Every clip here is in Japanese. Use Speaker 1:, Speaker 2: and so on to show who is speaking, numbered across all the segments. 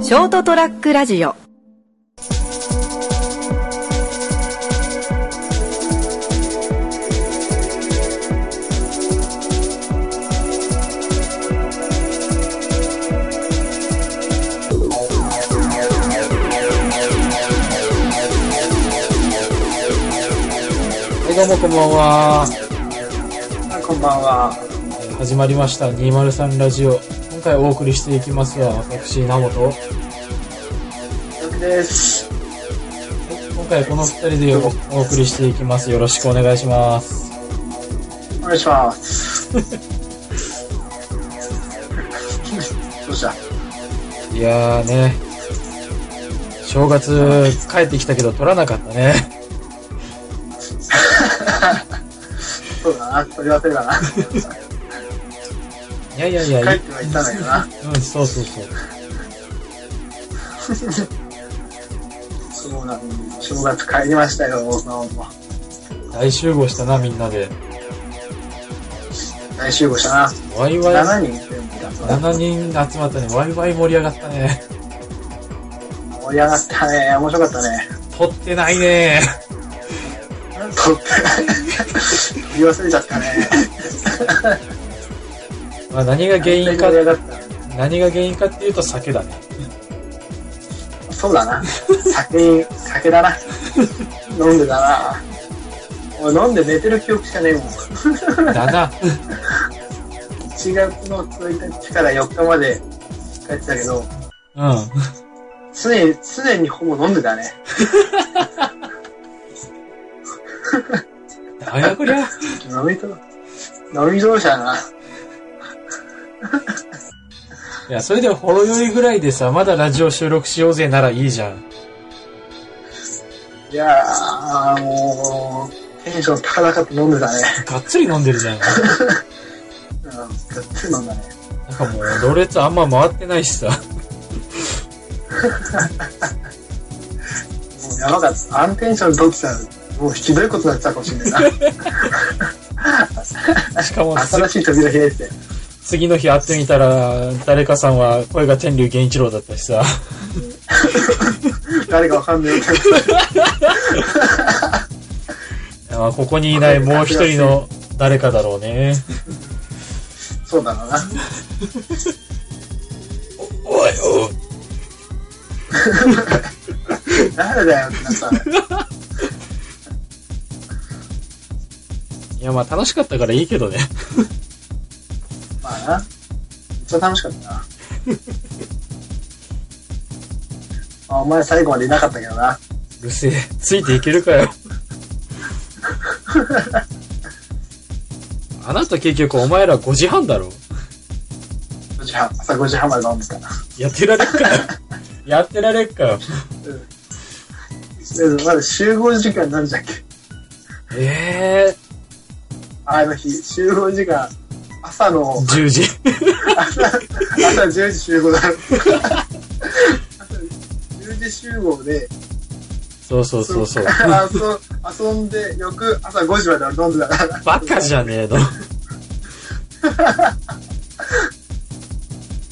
Speaker 1: ショートトラックラジオ
Speaker 2: はい、どうもこんばんは。
Speaker 3: あこんばんは。
Speaker 2: 始まりました203ラジオ。今回お送りしていきますが、私、ナモと。
Speaker 3: 僕です。
Speaker 2: 今回この2人でおお送りしていきます。よろしくお願いします。
Speaker 3: お願いします。 どうした
Speaker 2: いやーね、正月帰ってきたけど撮らなかったね。
Speaker 3: そうだな。取り忘れだな。
Speaker 2: いやいやいや、
Speaker 3: 帰ってはいたんだけどな。
Speaker 2: うん、そうそうそう。
Speaker 3: そうなんです正月帰りましたよ、大沢も。
Speaker 2: 大集合したな、みんなで。
Speaker 3: 大集合したな。
Speaker 2: ワイワイ、
Speaker 3: 7人全部だったな。
Speaker 2: 7人集まったね。ワイワイ盛り上がったね。
Speaker 3: 盛り上がったね。面白かったね。
Speaker 2: 撮ってないね。
Speaker 3: と取り忘れちゃったね。
Speaker 2: まあ何が原因か
Speaker 3: 盛り、上がったね。
Speaker 2: 何が原因かっていうと酒だね。
Speaker 3: そうだな。酒、酒だな。飲んでだな。俺飲んで寝てる記憶しかねえもん。
Speaker 2: だな。
Speaker 3: 1月の1日から4日まで帰ってたけど、
Speaker 2: うん。
Speaker 3: 常に、常にほぼ飲んでたね。
Speaker 2: あやこりゃ。
Speaker 3: 飲みと、飲み同士だな。
Speaker 2: いや、それでもほろ酔いぐらいでさ、まだラジオ収録しようぜならいいじゃん。
Speaker 3: いやー、もう、テンション高々と飲んでたね。
Speaker 2: がっつり飲んでるじゃん。
Speaker 3: うん、がっつり飲んだね。
Speaker 2: なんかもう、ロレツあんま回ってないしさ。
Speaker 3: もうやばかった。あのテンション取ってたら、もうひどいことになってた かもしれない
Speaker 2: しかも
Speaker 3: な。、新しい扉開いてて。
Speaker 2: 次の日会ってみたら、誰かさんは声が天竜源一郎だったしさ。
Speaker 3: 誰かわかんない けど。
Speaker 2: まあここにいないもう一人の誰かだろうね。
Speaker 3: そうだろうな。
Speaker 2: おいおい。
Speaker 3: 誰だよってなった。
Speaker 2: いや、まあ楽しかったからいいけどね。
Speaker 3: まあな。めっちゃ楽し かったな。あお前最後までいなかったけどな。
Speaker 2: うるせえ。ついていけるかよ。あなた結局お前ら5時半だろ。
Speaker 3: 5時半、朝5時半まで飲んでた。
Speaker 2: やってられっかよ。 やってられっかよ。
Speaker 3: でまだ集合時間なんじゃっけ
Speaker 2: ええ
Speaker 3: あの日、集合時間、朝の、
Speaker 2: ー、10時。
Speaker 3: 朝、朝10時集合 だろ。朝10時集合で、
Speaker 2: そうそうそうそう。
Speaker 3: 遊遊んで、翌朝5時まで俺飲んでたから。
Speaker 2: バカじゃねえの。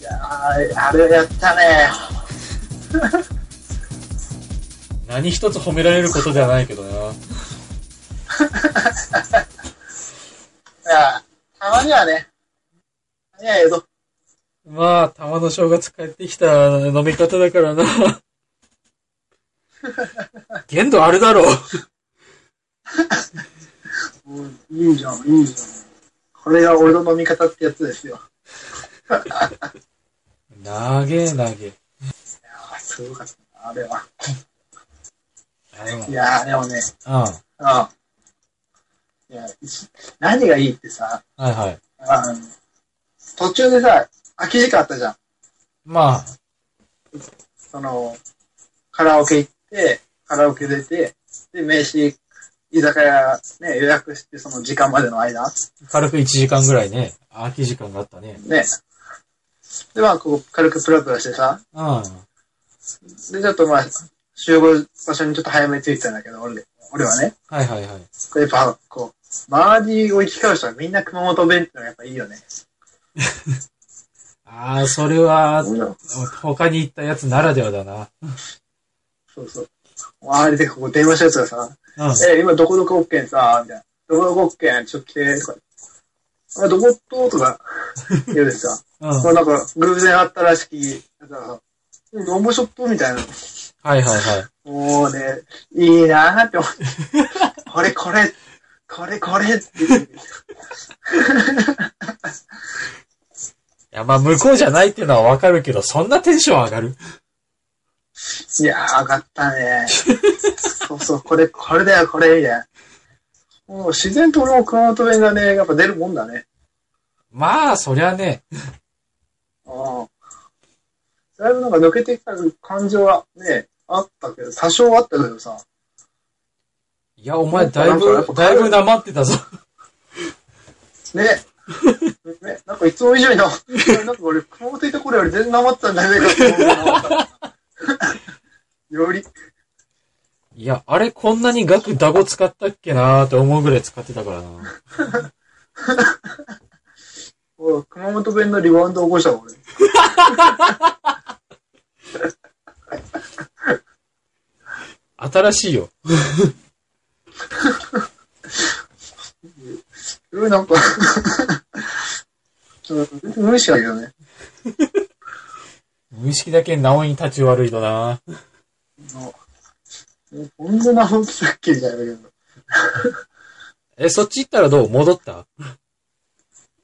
Speaker 3: いやーあれやったね。
Speaker 2: 何一つ褒められることではないけどな。
Speaker 3: いやーたまにはね、たまにはええぞ。
Speaker 2: まあ、玉の正月帰ってきた飲み方だからな。限度あるだろう。
Speaker 3: もういいじゃん、いいじゃん。これが俺の飲み方ってやつですよ。
Speaker 2: なげえなげえ。
Speaker 3: あーすごかったな、あれは。
Speaker 2: あでも
Speaker 3: いやー、でもね、
Speaker 2: うん。は
Speaker 3: うん。いや、一何がいいってさ、
Speaker 2: いはい。
Speaker 3: あの、途中でさ、空き時間あったじゃん。
Speaker 2: まあ、
Speaker 3: その、カラオケ行って、カラオケ出て、で、名刺、居酒屋、ね、予約して、その時間までの間、
Speaker 2: 軽く1時間ぐらいね、空き時間があったね。
Speaker 3: ね。で、まあ、こう、軽くプラプラしてさ、
Speaker 2: うん。は
Speaker 3: で、ちょっとまあ、集合場所にちょっと早めに着いてたんだけど、俺、俺はね。
Speaker 2: いはいはい。
Speaker 3: やっぱ、こう、周りを行き交う人はみんな熊本弁ってのがやっぱいいよね。
Speaker 2: ああ、それは、
Speaker 3: 面白かった
Speaker 2: 他に行ったやつならではだな。
Speaker 3: そうそう。あれでこう電話したやつがさ、
Speaker 2: うん。
Speaker 3: え、今どこどこ OK さ、みたいな。どこどこ OK、ちょっと来て、とか。あ、どこっととか言うでさ、
Speaker 2: うん。
Speaker 3: まあなんか偶然会ったらしき、なんか、うんどうもショップみたいな。
Speaker 2: はいはいはい。
Speaker 3: もうね、いいなーって 思って。これこれ、これこれって言って。
Speaker 2: いや、まあ、向こうじゃないっていうのはわかるけど、そんなテンション上がる
Speaker 3: いやー、上がったね。そうそう、これ、これだよ、これ、みたいな。もう自然と俺も熊本弁がね、やっぱ出るもんだね。
Speaker 2: まあ、そりゃね。
Speaker 3: うん。だいぶなんか抜けてきた感情はね、あったけど、多少はあったけどさ、
Speaker 2: いや、お前、だい
Speaker 3: なんかやっ
Speaker 2: ぶ、
Speaker 3: ぱ
Speaker 2: だいぶ黙ってたぞ。
Speaker 3: ね。ね、なんかいつも以上にな、なんか俺、熊本いた頃より全然なまってたんじゃないかって思うけどより、
Speaker 2: いや、あれ、こんなに額ダゴ使ったっけなーって思うぐらい使ってたからな。
Speaker 3: おい熊本弁のリバウンド起こしたわ、俺。
Speaker 2: 新しいよ。
Speaker 3: うん、なんか うん、無視だけどね。
Speaker 2: 無意識だけなおに立ち悪いとな。
Speaker 3: もう、もうほんとな、ほんとさっきみたいだけど。
Speaker 2: え、そっち行ったらどう戻った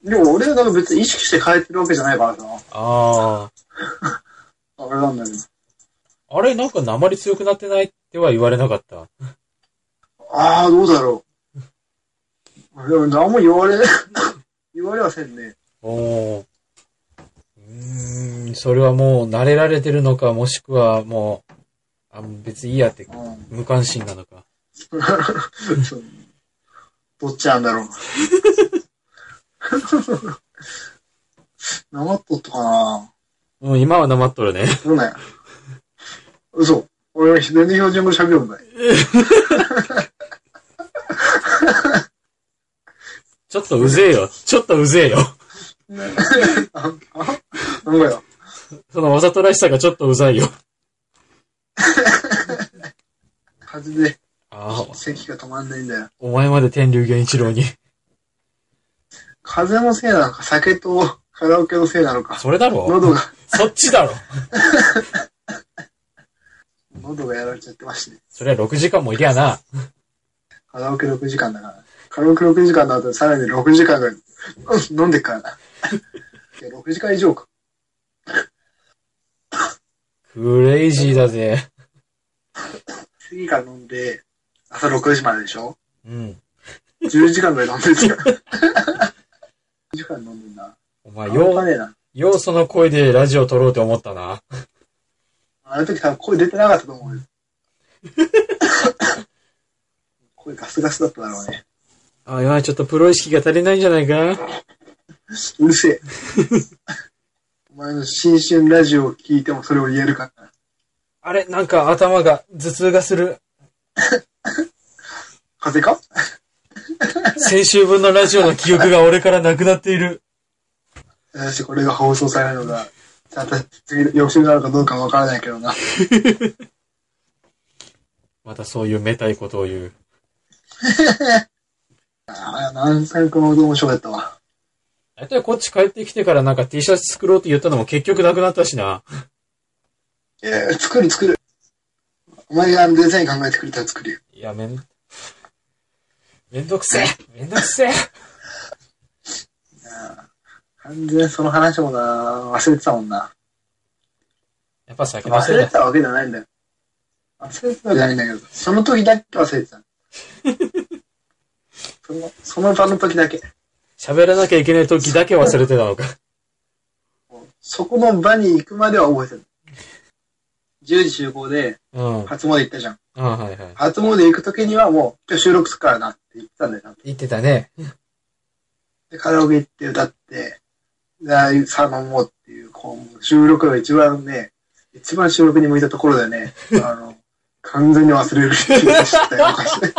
Speaker 3: でも俺はなんか別に意識して変えてるわけじゃないからさ、
Speaker 2: あ
Speaker 3: あれなんだけど。
Speaker 2: あ。あれ、なんか鉛強くなってないっては言われなかった。
Speaker 3: ああ、どうだろう。でも何も言われ、 言われはせんね。
Speaker 2: おー。うーん、それはもう慣れられてるのか、もしくはもう、あ別にいいやって
Speaker 3: う、ん。
Speaker 2: 無関心なのか。
Speaker 3: そうどっちなんだろう。 生っとったかな
Speaker 2: うん、今は黙っとるね。
Speaker 3: どうなんや。嘘。俺は全然標準語喋るんだい。
Speaker 2: ちょっとうぜえよ。ちょっとうぜえよ。
Speaker 3: ああなんだよ。
Speaker 2: そのわざとらしさがちょっとうざいよ。
Speaker 3: 風邪で
Speaker 2: ああ、
Speaker 3: 咳が止まんないんだよ。
Speaker 2: お前まで天竜源一郎に。
Speaker 3: 風邪のせいなのか、酒とカラオケのせいなのか。
Speaker 2: それだろ
Speaker 3: 喉が、
Speaker 2: そっちだろ
Speaker 3: 喉がやられちゃってまして、ね。
Speaker 2: それは6時間もいりゃな。
Speaker 3: カラオケ6時間だから。カラオケ6時間の後、さらに6時間が、うん 飲んでっからな。 いや6時間以上か。
Speaker 2: クレイジーだぜ。
Speaker 3: 次から飲んで、朝6時まででしょ
Speaker 2: うん。
Speaker 3: ?10 時間ぐらい飲んでるよ。10時間飲んでんな。
Speaker 2: お前、
Speaker 3: 半
Speaker 2: よ
Speaker 3: 端ねえな。
Speaker 2: う、ようその声でラジオ撮ろうと思ったな。
Speaker 3: あの時多分声出てなかったと思うよ。声ガスガスだっただろうね。
Speaker 2: あ、やばい、ちょっとプロ意識が足りないんじゃないか
Speaker 3: うるせえ。 お前の新春ラジオを聞いてもそれを言えるかな。
Speaker 2: あれ、なんか頭が、頭痛がする。
Speaker 3: 風邪か
Speaker 2: 先週分のラジオの記憶が俺からなくなっている。
Speaker 3: 私これが放送されるのが、ちゃんと次の翌週になるかどうかわからないけどな。
Speaker 2: またそういうめたいことを言う。
Speaker 3: ああ、何回かもどう面白かったわ。
Speaker 2: だいたいこっち帰ってきてからなんか T シャツ作ろうって言ったのも結局なくなったしな。
Speaker 3: いや、作る作る。お前がデザイン考えてくれたら作るよ。
Speaker 2: いや、めん、めんどくせえめんどくせえ
Speaker 3: 完全にその話もな、忘れてたもんな。
Speaker 2: やっぱ酒の
Speaker 3: 忘
Speaker 2: せい
Speaker 3: れ
Speaker 2: だ
Speaker 3: て。たわけじゃないんだよ。忘れてたわけじゃないんだけど、その時だけ忘れて た。その、その場の時だけ。
Speaker 2: 喋らなきゃいけない時だけ忘れてた のか。
Speaker 3: そこの場に行くまでは覚えてる。10時集合で
Speaker 2: うん。うん、
Speaker 3: 初詣行ったじゃん。
Speaker 2: はいはい。
Speaker 3: 初詣行くときにはもう今日収録するからなって言ってたんだよな。
Speaker 2: 言ってたね。
Speaker 3: で、カラオケ行って歌って、で、さあ飲もうっていう、こう、収録が一番ね、一番収録に向いたところだよね。 あの、完全に忘れるっていうのを知ったよ、昔。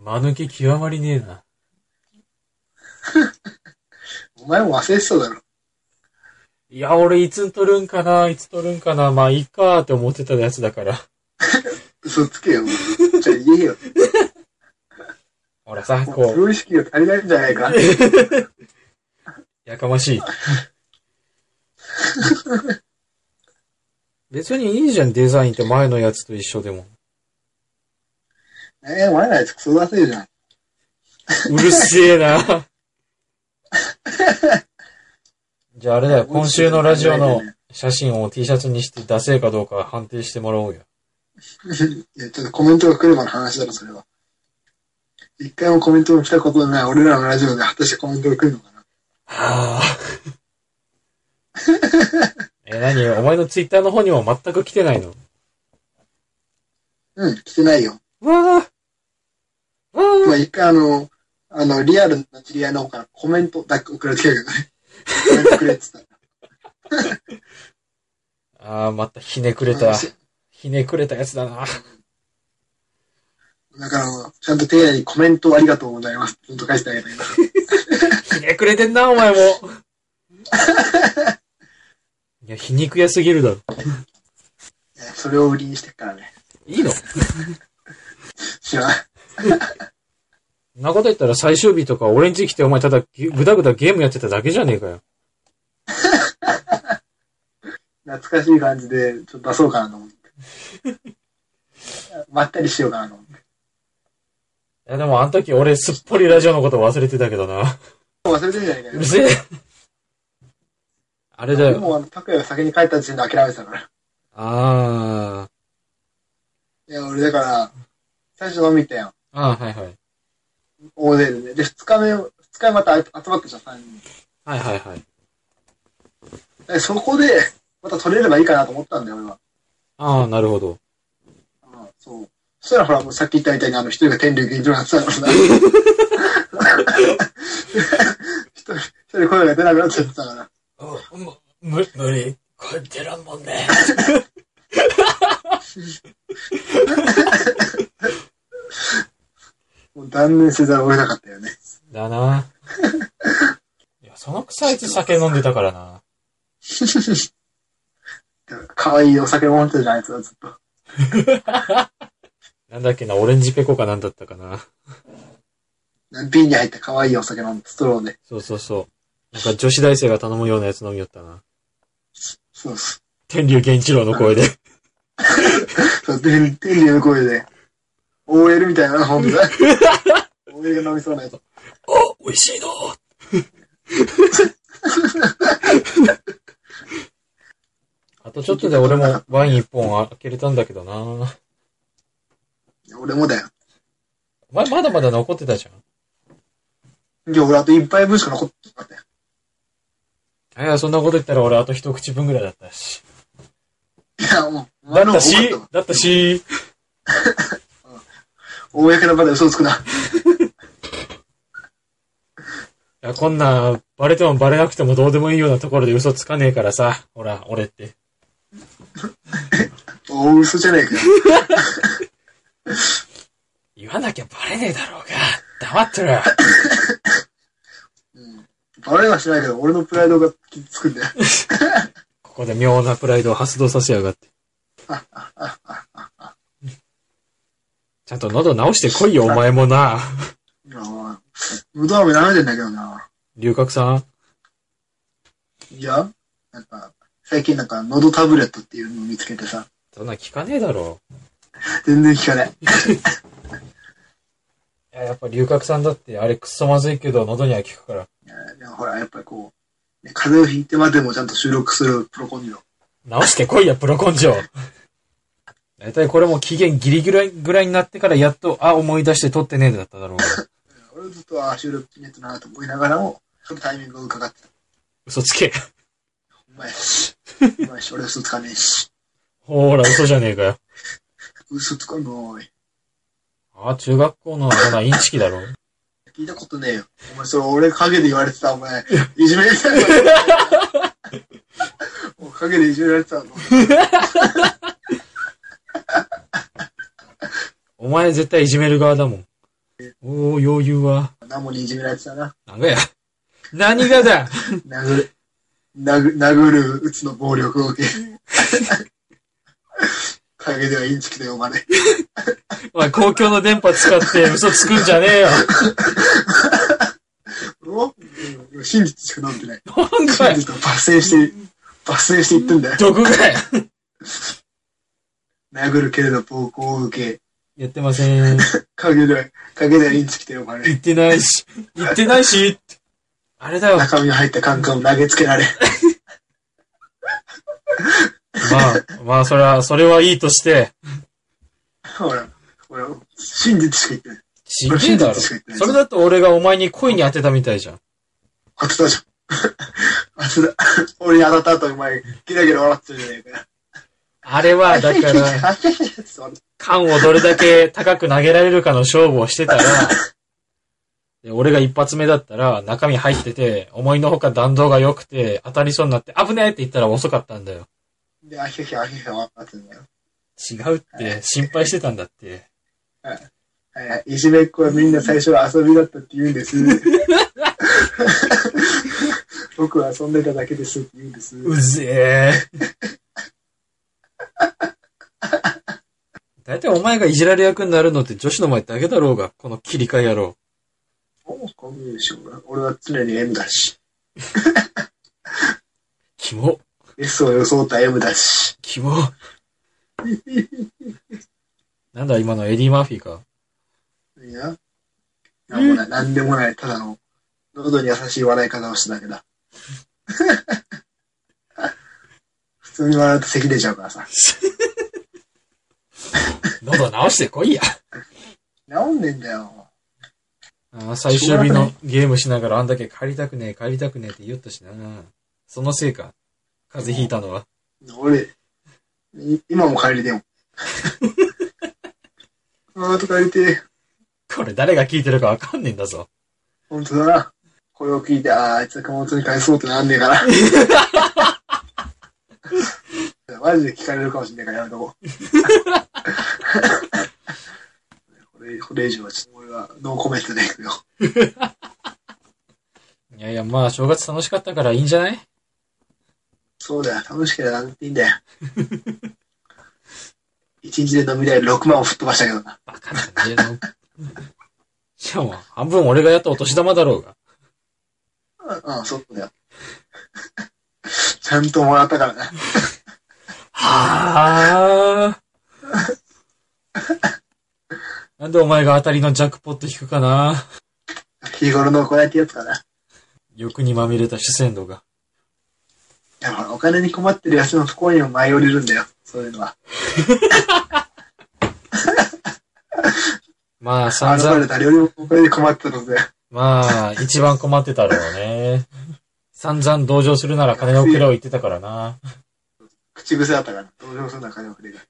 Speaker 2: 間抜け極まりねえな。
Speaker 3: お前も忘れてただろ。
Speaker 2: いや、俺いつ撮るんかないつ撮るんかなまあいいかーって思ってたやつだから。
Speaker 3: 嘘つけよ。じゃあ言えよ。
Speaker 2: ほらさ、
Speaker 3: もう
Speaker 2: こ
Speaker 3: プロ意識が足りないんじゃないか。
Speaker 2: う、やかま しい。別にいいじゃん、デザインって前のやつと一緒でも。
Speaker 3: えー、お前らやつクソ出せるじゃん。
Speaker 2: うるせえな。 じゃああれだよ、今週のラジオの写真を T シャツにして出せえかどうか判定してもらおうよ。
Speaker 3: いや、ちょっとコメントが来ればの話だろ、それは。一回もコメントが来たことのない俺らのラジオで果たしてコメントが来るのかな。
Speaker 2: はあ。え、何お前のツイッターの方にも全く来てないの
Speaker 3: うん、来てないよ。
Speaker 2: わあわ
Speaker 3: まあ、一回あの、あの、リアルな知り合いの方からコメントだけ送られてきたけどね。コメントくれって言っ
Speaker 2: ああー、またひねくれ
Speaker 3: た。
Speaker 2: た、ひねくれたやつだな。
Speaker 3: だから、ちゃんと丁寧にコメントありがとうございます。ちゃんと返してあげたけど。
Speaker 2: ひねくれてんな、お前も。いや、皮肉屋すぎるだろ。
Speaker 3: え それを売りにしてっからね。
Speaker 2: いいの
Speaker 3: 知らない。
Speaker 2: そんなこと言ったら最終日とか俺ん家来てお前ただぎぐだぐだゲームやってただけじゃねえかよ。
Speaker 3: 懐かしい感じで、ちょっと出そうかなと思って。まったりしようかなと思って。
Speaker 2: いやでもあの時俺すっぽりラジオのこと忘れてたけど な。
Speaker 3: 忘れてるじゃないうか
Speaker 2: るせえ。あれだ
Speaker 3: よ。で
Speaker 2: よ。
Speaker 3: も、あの、拓也が先に帰った時点で諦めてたから。
Speaker 2: あ
Speaker 3: いや、俺だから、最初飲み行ったやん。
Speaker 2: あ。ああ、はいはい。
Speaker 3: 大勢でね。で、二日目、二日目また集まったじゃん、三人。
Speaker 2: はいはいはい。
Speaker 3: でそこで、また取れればいいかなと思ったんだよ、俺は。
Speaker 2: ああ、なるほど。
Speaker 3: うん、そう。そしたらほら、もうさっき言ったみたいに、あの、一人が天竜現状になってたからな。一人、一人声が出なくなっちゃってたから。
Speaker 2: む、む、無理。これ出らんもんね。
Speaker 3: もう断念せざるを得なかったよね。
Speaker 2: だな。いや、その臭いつ酒飲んでたからな。
Speaker 3: 可愛いお酒を飲んでたじゃん、あいつはずっと。
Speaker 2: なんだっけな、オレンジペコかなんだったかな。
Speaker 3: 瓶に入った可愛いお酒飲んで、ストローで。
Speaker 2: そうそうそう。なんか女子大生が頼むようなやつ飲みよったな。
Speaker 3: そうっす。
Speaker 2: 天竜源一郎の声で。
Speaker 3: そう、天天竜の声で。OL みたいな、ほんと だ。OL が飲みそうなやつ。
Speaker 2: お、美味しいの あとちょっとで俺もワイン一本開けれたんだけどな。お
Speaker 3: 俺もだよ。
Speaker 2: 前まだまだ残ってたじゃん。
Speaker 3: 今日俺あと一杯分しか残ってなかったよ。
Speaker 2: いや、そんなこと言ったら俺あと一口分ぐらいだったし。
Speaker 3: いや、もう、お
Speaker 2: だ
Speaker 3: 前
Speaker 2: っ
Speaker 3: の方
Speaker 2: た
Speaker 3: が多
Speaker 2: し
Speaker 3: かっ、
Speaker 2: だったし、
Speaker 3: たわ公の場で嘘をつくな。
Speaker 2: いやこんな、バレてもバレなくてもどうでもいいようなところで嘘つかねえからさ、ほら、俺って。
Speaker 3: 大嘘じゃねえかよ。
Speaker 2: 言わなきゃバレねえだろうが、黙ってろ。
Speaker 3: バレはしないけど、俺のプライドが傷つくんだよ。
Speaker 2: ここで妙なプライドを発動させやがって。ちゃんと喉直してこいよ、お前もな。
Speaker 3: いやお前無駄飴舐めてんだけどな。
Speaker 2: 龍角さん
Speaker 3: いや、なんか、最近なんか、喉タブレットっていうのを見つけてさ、
Speaker 2: そんな聞かねえだろ
Speaker 3: 全然効かない。
Speaker 2: う。いや、やっぱ龍角さんだって、あれくっそまずいけど、喉には効くから。
Speaker 3: でもほら、やっぱりこう、ね、風邪をひいてまでもちゃんと収録するプロコンロ。
Speaker 2: 直してこいや、プロ根性。だいたいこれも期限ギリギリぐらいになってからやっと、あ、思い出して撮ってねえだっただろうが。
Speaker 3: 俺ずっと、ああ、収録ネットなと思いながらも、そのタイミングを伺ってた。
Speaker 2: 嘘つけ。
Speaker 3: うまいし、うまいし、俺嘘つかねえし、
Speaker 2: ほーら、嘘じゃねえかよ。
Speaker 3: 嘘つかない。
Speaker 2: あ、中学校の、ほな、インチキだろ。
Speaker 3: 聞いたことねえよ。お前、それ俺陰で言われてた、お前。いじめみたいな。もう陰でいじめられてたの。
Speaker 2: お前絶対いじめる側だもん。おー、余裕は。
Speaker 3: ナモにいじめられてたな。
Speaker 2: なんかや。何がだ
Speaker 3: 殴る、殴殴る、打つの暴力を受け。陰ではインチキと呼ばれ。
Speaker 2: お前公共の電波使って嘘つくんじゃねえよ。
Speaker 3: おうん真実しか飲んでない。
Speaker 2: なんか
Speaker 3: 真
Speaker 2: い
Speaker 3: 実を抜粋して、抜粋していってんだよ。
Speaker 2: 毒がい
Speaker 3: 殴るけれど暴行を受け、
Speaker 2: やってません。
Speaker 3: 陰では、陰ではインチキと呼ば
Speaker 2: 言
Speaker 3: れ。
Speaker 2: ってないし。言ってないしってあれだよ。ま
Speaker 3: 中身の入ったカンカンを投げつけられ。
Speaker 2: あ、まあ、それは、それはいいとして。
Speaker 3: ほら、ほら、真実しか言ってない。
Speaker 2: ちげえだろ。それだと俺がお前に恋に当てたみたいじゃん。
Speaker 3: 当てたじゃん。当てた。俺に当たった後、お前、ギラギラ笑ってるじゃねえかよ。
Speaker 2: あれは、だから、
Speaker 3: あひゃひゃひゃそんな
Speaker 2: 缶をどれだけ高く投げられるかの勝負をして たら、で俺が一発目だったら中身入ってて、思いのほか弾道が良くて当たりそうになって危ねえって言ったら遅かったんだよ。
Speaker 3: で、あひゃひゃ、あひゃひゃ笑ってんだよ。
Speaker 2: 違うって心配してたんだって。
Speaker 3: はいはい。いじめっ子はみんな最初は遊びだったって言うんです。僕は遊んでただけですって言うんです。
Speaker 2: うぜえ。 だいたいお前がいじられ役になるのって女子の前だけだろうが、この切り替え野郎。
Speaker 3: もうこういうでしょうが俺は常に M だし、
Speaker 2: キモ、
Speaker 3: S を装った M だし、
Speaker 2: キ モ。なんだ今のエディ・マーフィーか。
Speaker 3: いや、なんもない、なんでもない、ただの、喉に優しい笑い方をしただけだ。 普通に笑うと咳出ちゃうからさ。
Speaker 2: 喉直してこいや。
Speaker 3: 治んねんだよ。
Speaker 2: ああ、最終日のゲームしながらあんだけ帰りたくねえ、帰りたくねえって言おったしな。そのせいか。風邪ひいたのは。
Speaker 3: 俺、い今も帰りでも。あーと帰りてえ。
Speaker 2: これ誰が聞いてるかわかんねえんだぞ。
Speaker 3: 本当だな。これを聞いて、ああ、あいつは熊本に返そうってなんねえ かな。マジで聞かれるかもしんないからやめとこう。これ、これ以上はちょっと俺はノーコメントでいくよ。
Speaker 2: いやいや、まあ、正月楽しかったからいいんじゃない
Speaker 3: そうだよ。楽しければなんていいんだよ。一日で飲み代6万を吹っ飛ばしたけどな。
Speaker 2: バカだねえの。しかも、半分俺がやったお年玉だろうが。
Speaker 3: うんうん、そうだよ。ちゃんともらったからな。
Speaker 2: はあ。なんでお前が当たりのジャックポット引くかな
Speaker 3: 日頃の行いってやつかな。
Speaker 2: 欲にまみれた主戦度が。
Speaker 3: だからお金に困ってるやつのところにも舞い降りるんだよ。そういうのは。
Speaker 2: まあ、
Speaker 3: あ
Speaker 2: 散
Speaker 3: の頃
Speaker 2: 々、
Speaker 3: 誰よりもお金に困ってたので、
Speaker 2: まあ、一番困ってたろうね。散々同情するなら金をくれを言ってたからな。
Speaker 3: 口癖だったから、同情するな金をくれが。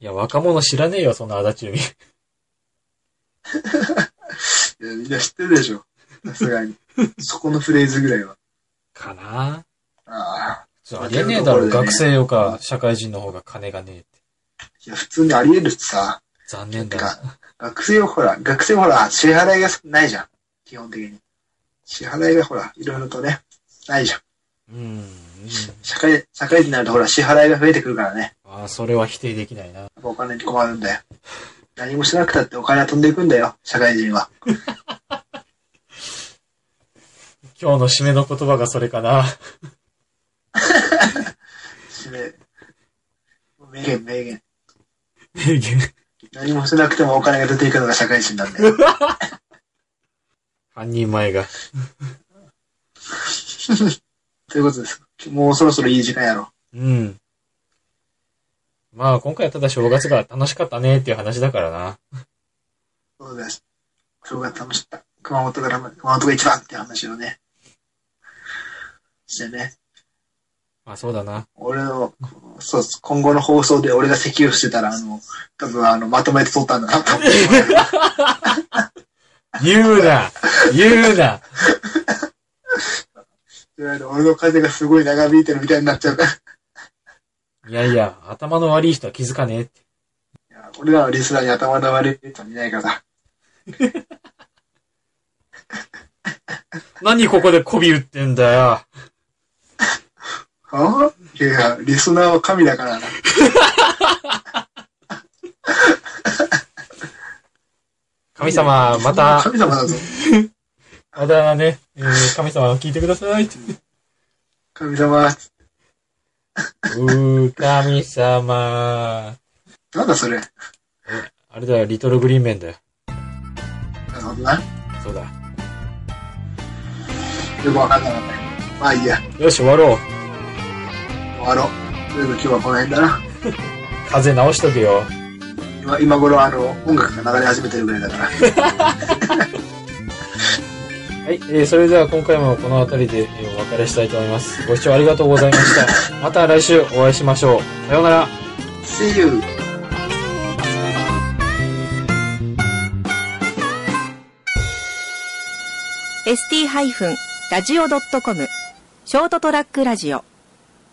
Speaker 2: いや、若者知らねえよ、そんな足立由美。
Speaker 3: いや、みんな知ってるでしょ。さすがに。そこのフレーズぐらいは。
Speaker 2: かな
Speaker 3: ああ。
Speaker 2: 普通ありえねえだ
Speaker 3: そう
Speaker 2: ろ、
Speaker 3: いうところでね
Speaker 2: 学生よか、社会人の方が金がねえって。
Speaker 3: いや、普通にあり得るってさ、
Speaker 2: 残念だ
Speaker 3: て
Speaker 2: な。
Speaker 3: か、学生はほら、学生はほら、支払いがないじゃん。基本的に。支払いがほら、いろいろとね、ないじゃん。
Speaker 2: うん。うん
Speaker 3: 社会、社会人になるとほら、支払いが増えてくるからね。や
Speaker 2: ああ、それは否定できないな。
Speaker 3: っぱお金に困るんだよ。何もしなくたってお金は飛んでいくんだよ、社会人は。
Speaker 2: 今日の締めの言葉がそれか な。
Speaker 3: 締め、名言、名言。
Speaker 2: 名言。
Speaker 3: 何もしなくてもお金が出ていくのが社会人な んだよ。
Speaker 2: 半人前が。
Speaker 3: ということです。もうそろそろいい時間やろ。
Speaker 2: うん。まあ、今回はただ正月が楽しかったねっていう話だからな。
Speaker 3: そうです。正月楽しかった。熊本から、熊本が一番っていう話をね。してね。
Speaker 2: まあ、そうだな。
Speaker 3: 俺の、そうです。今後の放送で俺が咳をしてたら、あの、多分あの、まとめて撮ったんだ なと思って。
Speaker 2: 言うな言うな
Speaker 3: とりあえず俺の風がすごい長引いてるみたいになっちゃうから。い
Speaker 2: いやいや、頭の悪い人は気づかねえって。
Speaker 3: や俺らのリスナーに頭の悪い人はいないから。
Speaker 2: 何ここで媚び売ってんだよ。
Speaker 3: あいや、リスナーは神だからな。
Speaker 2: 神様、また、
Speaker 3: 神様だぞ。
Speaker 2: またね、えー神様聞いてくださいって。
Speaker 3: 神様。
Speaker 2: うー、神様。
Speaker 3: なんだそれ。
Speaker 2: あれだよ、リトルグリーンメンだよ。
Speaker 3: なるほどな。
Speaker 2: そうだ。
Speaker 3: よくわかんなかったけど。まあいいや。
Speaker 2: よし、終わろう。
Speaker 3: 終わろう。とりあえず今日はこの辺だな。
Speaker 2: 風邪直しとけよ。
Speaker 3: 今今頃、あの、音楽が流れ始めてるぐらいだから。
Speaker 2: はい、えー、それでは今回もこの辺りでえーお別れしたいと思います。ご視聴ありがとうございました。また来週お会いしましょう。さようなら。
Speaker 3: See you!
Speaker 1: ST-radio.com ショートトラックラジオ